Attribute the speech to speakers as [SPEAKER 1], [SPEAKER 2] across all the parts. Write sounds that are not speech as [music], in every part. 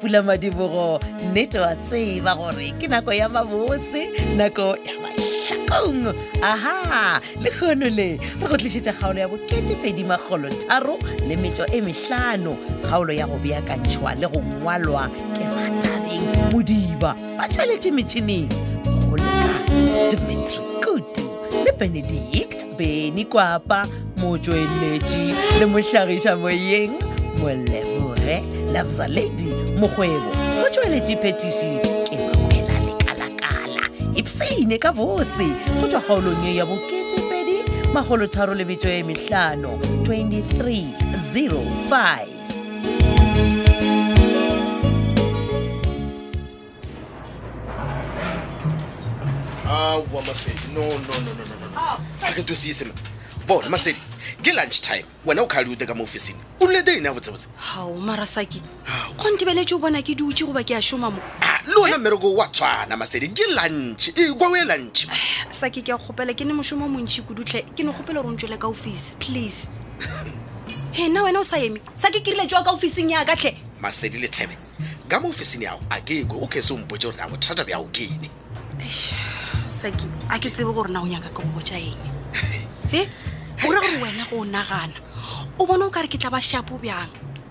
[SPEAKER 1] pula madibogo nnete wa tseba gore ke nako ya mabose nako ya matlhakong aha le kgono le re go tlišitša kgaolo ya boketepedi magolo tharo le metso e mehlano kgaolo ya go beakantšhwa le go ngwalwa ke ratabeng modiba ba tsweletše metšhineng go lekane dimitri kutu le benedict beny kwapa motsweletši le mohlagiša moyeng molebore labzaledi mokgwebo go tsweletše phetiši ke makwela lekalakala ipsene ka bose go tswa kgaolong ye ya boketepedi magolotharo lebetso e mehlano 2305
[SPEAKER 2] awa Ah, masedi no no no no no no
[SPEAKER 3] Ah,
[SPEAKER 2] a ke twisise ma bona masedi ke lunch time wena o khalute ka mo officing o lete ene a botsebotse
[SPEAKER 3] hao marasaki
[SPEAKER 2] Ao.
[SPEAKER 3] go ntebeletse o bona ke dutse goba ke a šoma mo
[SPEAKER 2] Ah, le wona mmereko wa tshwana masedi ke lunch e kwa o e lunch
[SPEAKER 3] saki ke a kgopela ke ne mošomo o montšhi kudutlhe ke ne kgopela gore o ntswele ka office
[SPEAKER 2] [laughs]
[SPEAKER 3] please he nna wena o sa eme saki ke rile tswa ka officing ya katlhe
[SPEAKER 2] masedi le thebe ka mo officing yago a ke ko o ke se o mpotse gore na bothata bjago ke ene
[SPEAKER 3] saki a ke tsebe gore na o nyaka ka go botja
[SPEAKER 2] [laughs]
[SPEAKER 3] eng e o ra gore wena go o nagana o bona o kare ke tla ba shapo bjang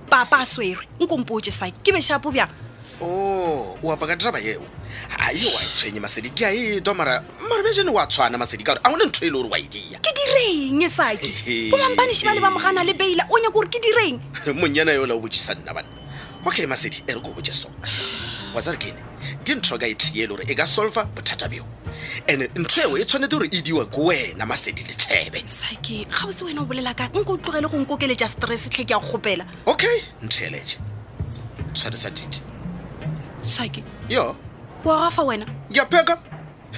[SPEAKER 3] papa a swerwe nkompoje saki ke be shapo bjang
[SPEAKER 2] Oh, o o apa ka draba yeo a yo wa e tshwenye masedi ke a e twa mara mara bejene wa tshwana masedi ka gore a gone ntho e le gore wa e dia
[SPEAKER 3] ke direng e saki bomampaniši ba le ba mogana le beila o nyaka gore ke direng
[SPEAKER 2] [laughs] monyana yola o botsisa nna bana okay masedi e re ko botse so watsare ke ene ke ntho ka ethiele gore e ka solva bothata bjo and-e ntho eo e tshwanetse gore e diwa ko wena masedi le thebe
[SPEAKER 3] saki ga botse wena o bolela ka nko o tlogele go nkokeletša stress tlhe ke a kgopela
[SPEAKER 2] okay ntheeletse tshware sa dite
[SPEAKER 3] saki
[SPEAKER 2] yo
[SPEAKER 3] wa gafa wena
[SPEAKER 2] ke a pheka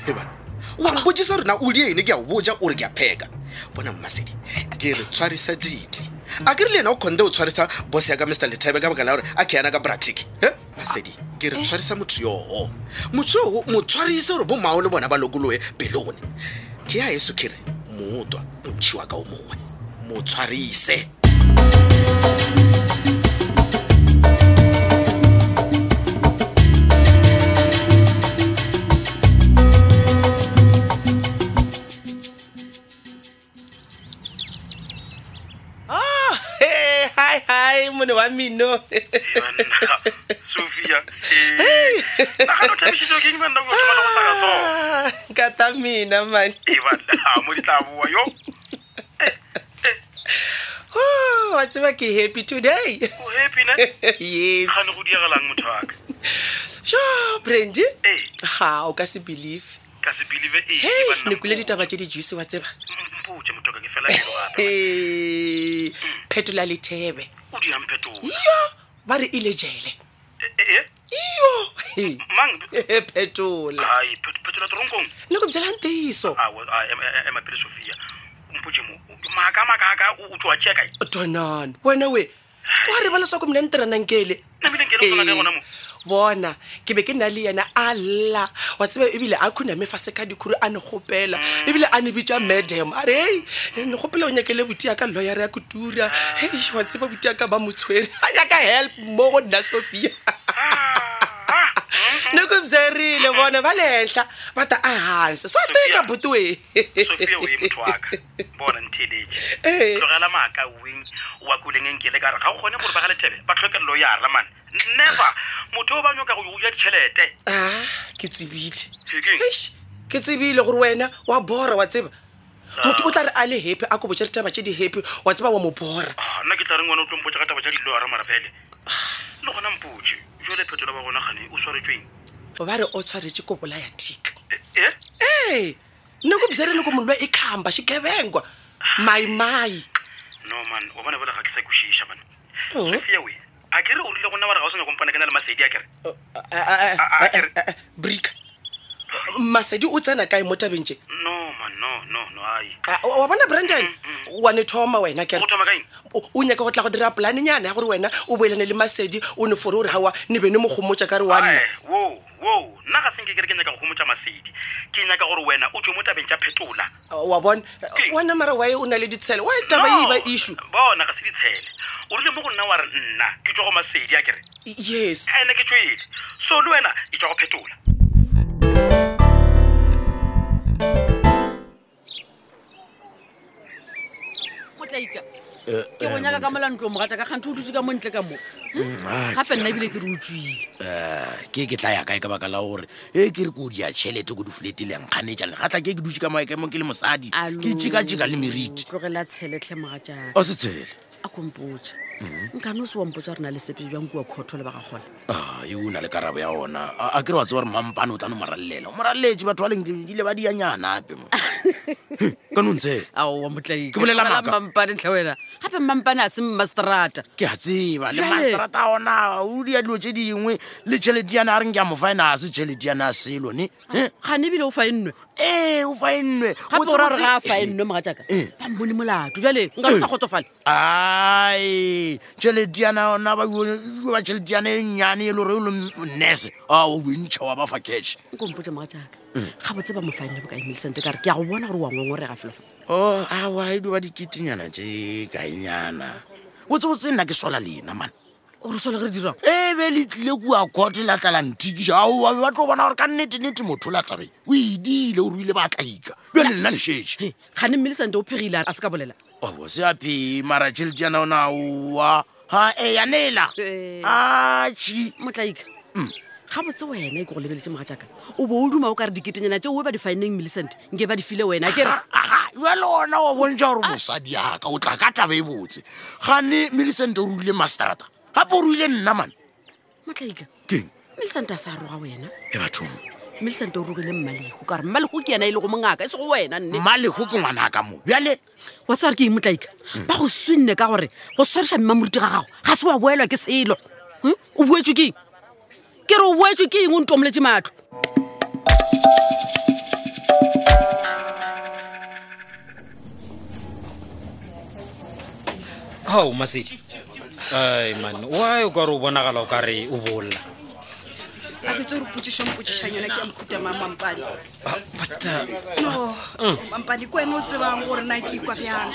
[SPEAKER 2] e bana wa mbotsisa gore na o die ene ke a o botja ore ke a pheka bona mmasedi ke re tshwarisa dite a ke re le ena o kgonte o tshwarisa bos yaka mr lethebe ka baka la gore a ke yana ka bratic e masedi ke
[SPEAKER 3] Eh?
[SPEAKER 2] re tshwarisa motho yoo motho yoo mo tshwarise gore bomao le bona ba lokoloe pelone ke a yeso ke re motwa ontšhiwa ka o mongwe mo tshwarise
[SPEAKER 4] Ah, hai hai mone wa mino
[SPEAKER 5] sophia nagano thabišitso ke eng banna ko thoma le go saka so
[SPEAKER 4] Ah, nkata mina mane
[SPEAKER 5] e banna mo di tla boa yo
[SPEAKER 4] Oh, wa tseba ke happy today
[SPEAKER 5] o happy ne
[SPEAKER 4] yes
[SPEAKER 5] gane go diegelang motho aka
[SPEAKER 4] sho brandy
[SPEAKER 5] ee
[SPEAKER 4] ha o ka se believe
[SPEAKER 5] ka se believe
[SPEAKER 4] he ne kwile ditaba tse di juice wa tseba
[SPEAKER 5] mpoje motho ka ke fela elo gape
[SPEAKER 4] Eh,
[SPEAKER 5] Mm.
[SPEAKER 4] phetola lethebe
[SPEAKER 5] o diamphetoo
[SPEAKER 4] yo ba re ile jele iyo
[SPEAKER 5] e, mang
[SPEAKER 4] he, phetola
[SPEAKER 5] ai phetola toronkong Ah,
[SPEAKER 4] le ko bjelang tiso
[SPEAKER 5] emapele sophia mpoje mo maaka maakaaka o tswa tšea kae
[SPEAKER 4] donan wena we wa re ba leswaku mina ni tirhanankele
[SPEAKER 5] Nna ebile nke le o tswana le gona mo.
[SPEAKER 4] bona ke be ke na le yena a lla wa tsebe ebile a khuname fase ka dikhuru a ne gopela ebile a ne bitsa madam a re ei ne gopela o nyakele botia ka lawyer ya kutura hei wa tseba botia ka ba motshwere [laughs] a nyaka help mo go nna sophia [laughs] ne ku byerile vona va le henhla va ta ehansi swa tika
[SPEAKER 5] Sophia.
[SPEAKER 4] butuwe
[SPEAKER 5] sophia o ye motho aka bona ntheletše
[SPEAKER 4] Eh.
[SPEAKER 5] tlogela maaka wing wa kulengengkele ka re ga go kgone gore ba ga lethebe ba tlhokelelo ya ra mane never motho o ba nyoka go ja ditšhelete
[SPEAKER 4] [laughs] ah ke tsebile
[SPEAKER 5] Ke keng?
[SPEAKER 4] Eish, ke tsebile gore wena wa bora wa tseba
[SPEAKER 5] Ah.
[SPEAKER 4] motho o tla re a le happy a ko botse ditaba tse di happy wa tseba wa mo bora
[SPEAKER 5] Ah, nna ke tla reng wena o tlo mpotsa ka taba ja dilo ra marafele le gona mpotse jale phetola ba gona gane o swaretsweng
[SPEAKER 4] ba re o tshwaretse ko bolaya tika
[SPEAKER 5] Eh, eh?
[SPEAKER 4] ee ne ko byerile loko munhu lwa i khamba xikevengwa mayimayi
[SPEAKER 5] no man o bana bole ga ke sa kwešiša mane
[SPEAKER 4] Oh.
[SPEAKER 5] sophia we a ke re o rile gonna ba re ga o sa nyako mpana ke na le masedi a kere
[SPEAKER 4] Oh. eh,
[SPEAKER 5] a- a-
[SPEAKER 4] brik eh, masedi o tsena kae mo tabeng tse
[SPEAKER 5] no man no Oh, no no ai
[SPEAKER 4] Ah, wa wa bona
[SPEAKER 5] Mm,
[SPEAKER 4] brandon wa ne thoma wena
[SPEAKER 5] go
[SPEAKER 4] kere
[SPEAKER 5] thoma kaeng
[SPEAKER 4] o o nyaka go tla go dira polanenyana ya gore wena o boelane le masedi o ne fore o re gawa ne be ne mo gomotsa ka re wa nna
[SPEAKER 5] Ai, wo wo nna ga senke kere ke nyaka go gomotsa masedi ke nyaka gore wena o tswe mo tabeng tša phetola
[SPEAKER 4] wa bona
[SPEAKER 5] Ke-
[SPEAKER 4] wena mara wae o na le ditshele wa taba e
[SPEAKER 5] No,
[SPEAKER 4] ba issue
[SPEAKER 5] bona ga se ditshele o rile mo go nna wa re nna ke tswa go masedi a kere
[SPEAKER 4] yes
[SPEAKER 5] ene ke tswele so le wena e tswa go phetola
[SPEAKER 6] motlaika ke go nyaka ka molantlo mogatla ka kganthe o dutse ka montle ka mo
[SPEAKER 7] Eh,
[SPEAKER 6] gape nna ebile ke re utswile
[SPEAKER 7] mm, ah, ke ke tla ya kae ka baka la gore e ke re ko dia tšhelete ko di fletele nkganetša legatla ke ke dutse ka maekemo ke le mosadi ke tšhika-tšhika le meriti
[SPEAKER 6] tlogela tsheletlhe mogatjana
[SPEAKER 7] a se tshele Mhm.
[SPEAKER 6] a kompotsa nkane o se wampotsa gore na le sepe bjang kua khotho le ba gagone
[SPEAKER 7] a e o na le karabo ya ona Ah, a ke re wa tse gore mampane o tla no moralelela o moraletse batho ba lengile ba dianyanape mo ka no ntshele
[SPEAKER 6] aowa
[SPEAKER 7] Ke bolela maaka.
[SPEAKER 6] motlaikaamampane ntlha wena gape mampane a se mmaseterata
[SPEAKER 7] ke a tseba le
[SPEAKER 6] Jwale-
[SPEAKER 7] masterata a ona o dia dilo tse dingwe le tšhelete yana a reng ke a mo faena a se tšhelete yana a selone
[SPEAKER 6] gane ebile o fa e nnwe
[SPEAKER 7] ee o faennwe
[SPEAKER 6] gape o ra re ga a fa e nnwe mogatjaka
[SPEAKER 7] Eh.
[SPEAKER 6] ba mmone molato jale nka o sa kgotsofale
[SPEAKER 7] ai tšhelete yana ona ba bua ba tšhelete yana e nnyane e le gore o le nurse a o wintšha wa ba fa cash
[SPEAKER 6] nkompotse mogatjaka
[SPEAKER 7] Eh.
[SPEAKER 6] ga botse ba mo faenne bokae milicente ka re ke a go bona gore wa ngongorega felofo
[SPEAKER 7] o awa e duba diketenyana tše kaenyana botsebotse nna ke sola lena mane
[SPEAKER 6] ore sole re dirang
[SPEAKER 7] e be le tlile kua kote la tla la nthikiša aoa be ba tlo bona gore ka nnete-nnete motho o la tabeng o e edile o ruile ba tlaika bjale lena lešetše
[SPEAKER 6] He, gane milicente o phegile a se ka bolela
[SPEAKER 7] aowa se ape mara tšhelete yana ona aowa ha e yanela
[SPEAKER 6] Eh.
[SPEAKER 7] ache
[SPEAKER 6] motlaika
[SPEAKER 7] Mm.
[SPEAKER 6] ga botse wena e ke go lebeletse moga jaaka o bo o duma o ka re diketenyana tse oe ba di fineng millicent nke ba di file wena ke re
[SPEAKER 7] jale ona wa bontšha gore mosadi aka o tla ka taba e botse gane millicent o ruile masterata gape o ruile nna mane
[SPEAKER 6] motlaika
[SPEAKER 7] keng
[SPEAKER 6] millicent a sa roga wena
[SPEAKER 7] e bathong
[SPEAKER 6] millicent o rogile mmalego ka re mmalego ke yana e le go mongaka e se go wena nne
[SPEAKER 7] mmalego ke ngwana ka mo bjale
[SPEAKER 6] wa tsa gore ke eng motlaika
[SPEAKER 7] Mm.
[SPEAKER 6] ba go swenne ka gore go swarisa mmamoriti ga gago ga se wa boelwa ke selo Hm? o boetswe ke eng ke re o boetswe ke eng o ntomoletse matlho
[SPEAKER 8] ao masedi ai man wy o kare o bonagala o kare o bolla
[SPEAKER 3] a ke tse gore potsišang potsišang yona ke ya mokhutamang mampane
[SPEAKER 8] Ah, but uh,
[SPEAKER 3] no mampane ke wena o tsebang gore na ke ikwa bjang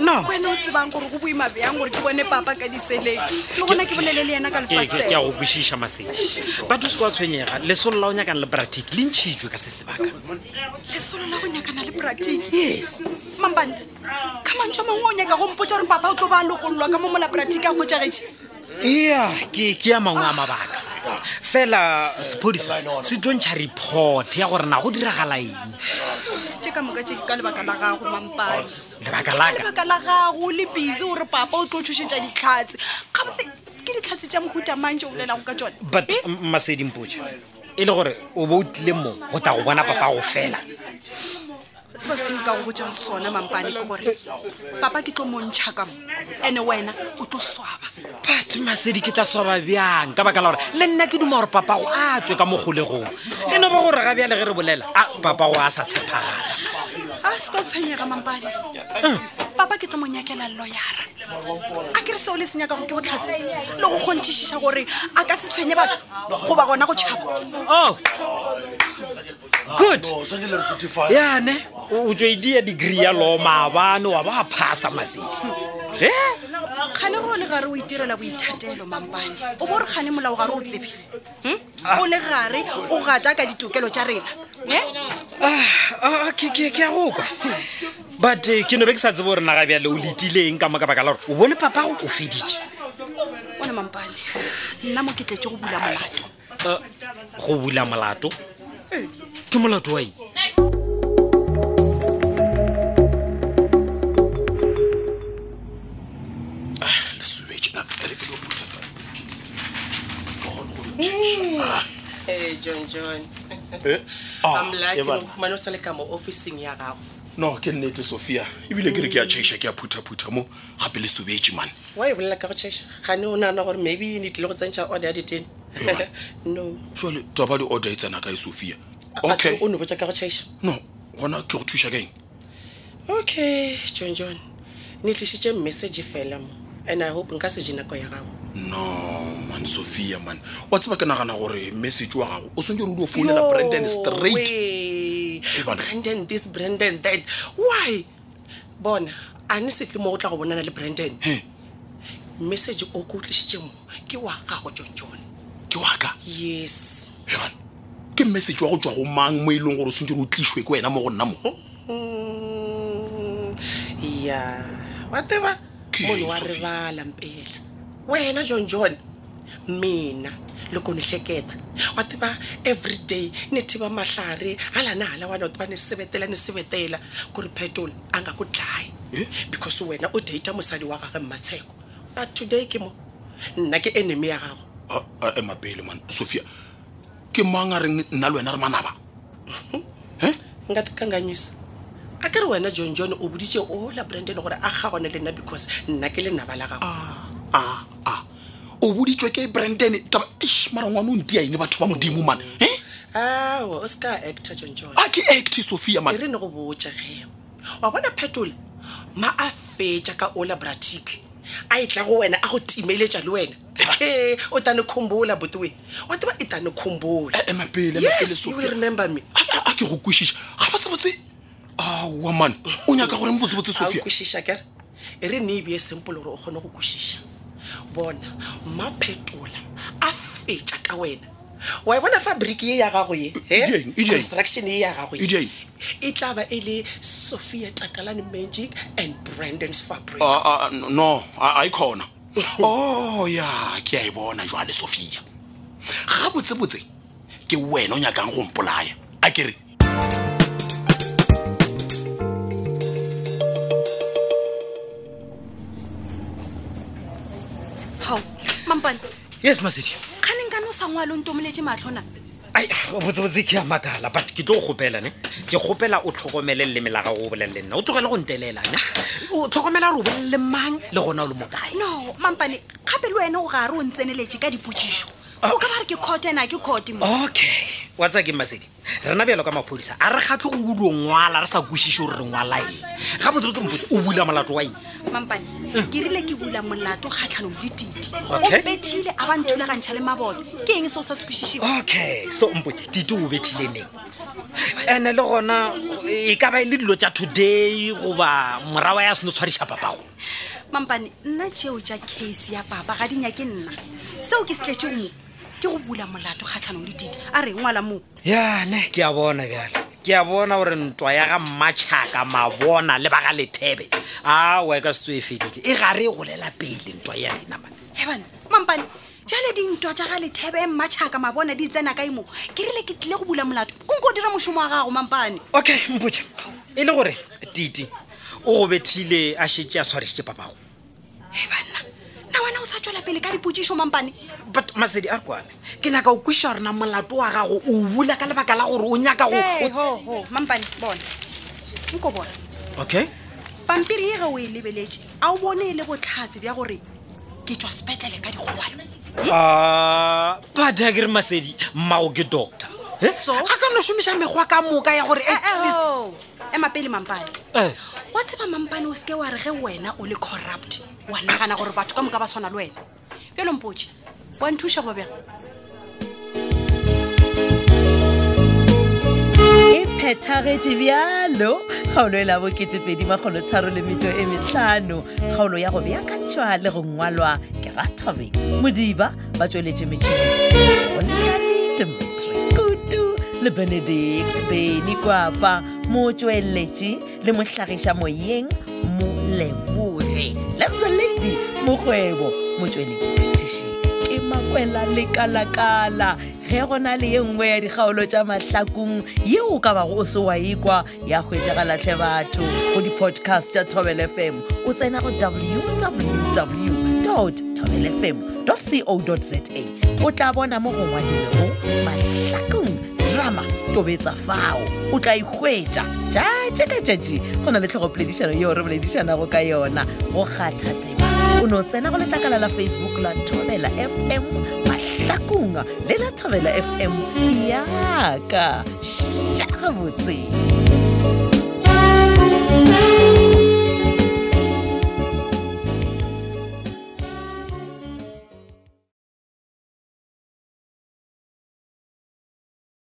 [SPEAKER 8] No.
[SPEAKER 3] ke wena o tsebang gore go boima bjang gore ke bone papa ka diseleki le gona ke bolele le yena ka
[SPEAKER 8] ke ke- ke a
[SPEAKER 3] lefastere
[SPEAKER 8] go kwešiša masedi batho se kwa tshwenyega lesolo la o nyakang le bratic le ntšhitšwe ka se sebaka
[SPEAKER 3] lesolo la go nyakana le practic yes mampane ka mantšhwa mangwe o nyaka go mpotsa gore papa o tlo ba a lokololwa ka mo mola practic a kgotjagetse
[SPEAKER 8] ya ke ke ya mangwe a mabaka fela sephodisa se tlo ntšha report ya gore na go diragala eng
[SPEAKER 3] tše ka moka tšeke ka lebaka la gago mampane
[SPEAKER 8] Oh, lebaka laka
[SPEAKER 3] lebaka la gago le busy gore papa o tlo tshosetsa ditlhatse gabotse ke ditlhatse tša mokhutamang tše o bolelago ka tsone
[SPEAKER 8] but masedimpoe e le gore o bo o tlile mo go tla go bona papa go fela
[SPEAKER 3] se ba seng ka go botsang sona mampane ke gore papa ke tlo montšha ka mo ande wena o tlo swaba
[SPEAKER 8] but masedi ke tla swaba bjang ka baka la gore le nna ke duma gore papago a tswe ka mo kgolegong e no ba gore ga bjale ge re bolela a papago a sa tshepagala
[SPEAKER 3] a se ka tshwenyega mampane papa ke tlo mo nyakela loyara a ke re seo le senyaka go ke botlhatse le go kgonthišiša gore a ka se tshwenye batho goba gona go tšhaba
[SPEAKER 8] oh good yane o tswedi ya degree ya law maabane wa ba a phasa masedi e
[SPEAKER 3] kgane go le gare o itirela boithatelo mampane o bo re kgane molao gare o tsebe hm?
[SPEAKER 8] Ah.
[SPEAKER 3] o le gare o gata ka ditokelo tša rena e
[SPEAKER 8] Ah, ke ya go kwa but eh, ke no be ke sa tsebe gore naga bjale o letileng ka mo ka baka la gore o bone papago o feditše
[SPEAKER 3] one mampane nna mo ke tletse go bula molato
[SPEAKER 8] Eh, go bula molato Eh, ke molato wa eng
[SPEAKER 4] Eh, john john
[SPEAKER 2] e bana.
[SPEAKER 4] mane o sa le ka mo officing ya gago
[SPEAKER 2] no ke nnete sophia ebile ke re ke ya chaiša ke ya phuthaphutha mo gape le sobetse mane
[SPEAKER 4] wa e bolela ka go chesa gane o nagana gore maybe ne tlile go tsentšha order ya ditene [laughs] no
[SPEAKER 2] jale taba di order e tsena kae sophia
[SPEAKER 4] Athe
[SPEAKER 2] okay
[SPEAKER 4] o ne botsa ka go chesa
[SPEAKER 2] no gona ke go thuša ka eng
[SPEAKER 4] okay john john ne tlisitse message fela mo and i hope nka seje nako ya gago
[SPEAKER 2] no Oh, man sophia man wa tseba ke nagana gore message wa gago o swantse gore o di o founela
[SPEAKER 4] Yo,
[SPEAKER 2] branden straight
[SPEAKER 4] wey.
[SPEAKER 2] bana.
[SPEAKER 4] branden this branden that why bona a ne se tle mo go tla go bonana le branden message o ko tlisitše mo ke wa gago john john
[SPEAKER 7] ke waka
[SPEAKER 4] yes
[SPEAKER 7] eban ke message wa go tswa go mang mo e leng gore o swantse re o tliswe ke wena mo go nna mo
[SPEAKER 4] Mm, ya wa teba
[SPEAKER 7] Ke
[SPEAKER 4] munhu wa
[SPEAKER 7] Sophie.
[SPEAKER 4] rivala mpela wena john john mina loko ni hleketa wa tiva everyday ni tiva mahlari hala na hala wena u tiva ni sivetela ni sivetela ku ri petol a nga ku dlayi
[SPEAKER 7] Eh?
[SPEAKER 4] because wena u data mosadi wa gagwe mmatsheko but today ke mo nna ke enemy ya gago
[SPEAKER 7] Ah, ah, ema pele man sophia ke mang a reng nna le wena re manaba
[SPEAKER 4] nka tikanganyisa a ke re wena john john o boditse ola branden gore a gagone le nna because nna ke le naba la gago
[SPEAKER 7] a a Ah, o boditswe ke branden taba eish, mara ngwana o ntia ene batho ba modimo man e
[SPEAKER 4] awa o se ka actor john john
[SPEAKER 7] a ke act sophia
[SPEAKER 4] e
[SPEAKER 7] man
[SPEAKER 4] re ne go botsa ge wa bona phetola ma a fetsa ka ola bratic a e tla go wena a go timeletša le wena He, o tane kgombola botoe wa teba e tane kgombola
[SPEAKER 7] Eh, ema pele ema pele
[SPEAKER 4] yes you will
[SPEAKER 7] sophia
[SPEAKER 4] remember me
[SPEAKER 7] A- a- a ke go kwešiša ga ba tsebotse awa man o nyaka gore
[SPEAKER 4] ga o
[SPEAKER 7] mbotsebotse sophia
[SPEAKER 4] kwešiša kere e re ne ebie simple gore o kgone go kwešiša bona maphetola a fetsa ka wena wa e bona fabric ye ya gago ye he?
[SPEAKER 7] E di eng? E di eng?
[SPEAKER 4] construction ye ya gago
[SPEAKER 7] E di eng?
[SPEAKER 4] ye e tla ba e le sophia takalane magic and brandons fabric
[SPEAKER 7] Ah, ah, no a a e khona o ya ke a e bona jwale sophia ga botsebotse ke wena o nyakang go mpolaya a kere
[SPEAKER 3] gao mampane
[SPEAKER 8] yes masedi
[SPEAKER 3] kganeng kane o sa ngwale o ntomoletse matlhona
[SPEAKER 8] ai botsebotse ke a makala but ke tlo go gopela ne ke gopela o tlhokomele leleme la gago o bolelele nna o tlogele go ntelelana o tlhokomela gore o bolelele mang le gona o le mokae
[SPEAKER 3] no mampane gape le wena o gare o ntseneletse ka dipotsiso
[SPEAKER 8] Ah.
[SPEAKER 3] o ka ba re ke cote na ke cote mo
[SPEAKER 8] okay wa tsa ke masedi rena bjalo ka maphodisa a re kgatlhe go ulo ngwala re sa kwešiše gore re ngwala eng ga botsebotse mpotse o bula molato wa eng
[SPEAKER 3] mampane ke rile ke bula molato kgatlhanong le titi o
[SPEAKER 8] Eh. Okay.
[SPEAKER 3] pethile a ba nthulagantšha le maboto ke eng se o sa se kwešišeng
[SPEAKER 8] okay so mpote tite o bethile neng and-e le gona e ka ba e le dilo tša today goba morawa ya seno tshwariša papago
[SPEAKER 3] mampane nna tšeo tša case ya papa ga dinya ke nna seo ke se tletse go mo ke go bula molato kgatlhanong le titi a re ngwala moo
[SPEAKER 8] yane ke a bona bjale ke a bona gore ntwa ya ga mmatšhaka mabona le baga lethebe a wa ka setso e fedile e gare e golela pele ntwa ya lenama
[SPEAKER 3] hebane mampane bjale dintwa tša ga lethebe mmatšhaka mabona di tsena kae mo ke rile ke tlile go bula molato o nko o dira mošomo wa gago mampane
[SPEAKER 8] okay mpotša e le gore tite o go bethile a šetse a tshwarisitše papago
[SPEAKER 3] e banna na wena o sa tswela pele ka dipotsišo mampane
[SPEAKER 8] but masedi a kwane ke nyaka o kweša gorena molato wa gago o bula ka lebaka la gore o nyaka go
[SPEAKER 3] Hey, ho, ho, mampane bona nko bona
[SPEAKER 8] okay
[SPEAKER 3] pampiri ye ge o e lebeletse a o bone e le botlhatse bja gore ke tswa sepetlele ka dikgobalo
[SPEAKER 8] Ah, badakere masedi mmao ke doctor Eh?
[SPEAKER 3] So?
[SPEAKER 8] a ka no šomiša mekgwa ka moka ya gore at least-
[SPEAKER 3] ema pele mampane
[SPEAKER 8] Eh.
[SPEAKER 3] wa tseba mampane o seke wa re ge wena o le corrupt wa nagana gore batho ka moka ba tshwana le wena bjalo mpotse wa nthuša bobjang
[SPEAKER 1] e phethagetše bjalo kgaolo e labo 2 e kgaolo ya go beakantšhwa le go ngwalwa ke rathabeng modiba ba tsweletše metšhini dimitri kutu le benedict beny kwapa motsweletši le mohlagiša moyeng moleboge lebsalady mokgwebo motsweletši petiši ke makwela lekala-kala ge go na le ye nngwe ya dikgaolo tša mahlakong yeo ka bago o se wa ekwa ya hwetšagalatlhe batho go di-podcast tša tobel fm o tsena go www tobelfm co za o tla bona mo go ngwadilego mahlakong drama tobetsa fao o tla e ikhwetša tšatši ka tšatši go na le tlhogopoledišano yeo re boledišanago ka yona go kgatha tema o no tsena go letlakala la facebook la thobela fm mahlakong le la thobela fm yaka šagabotse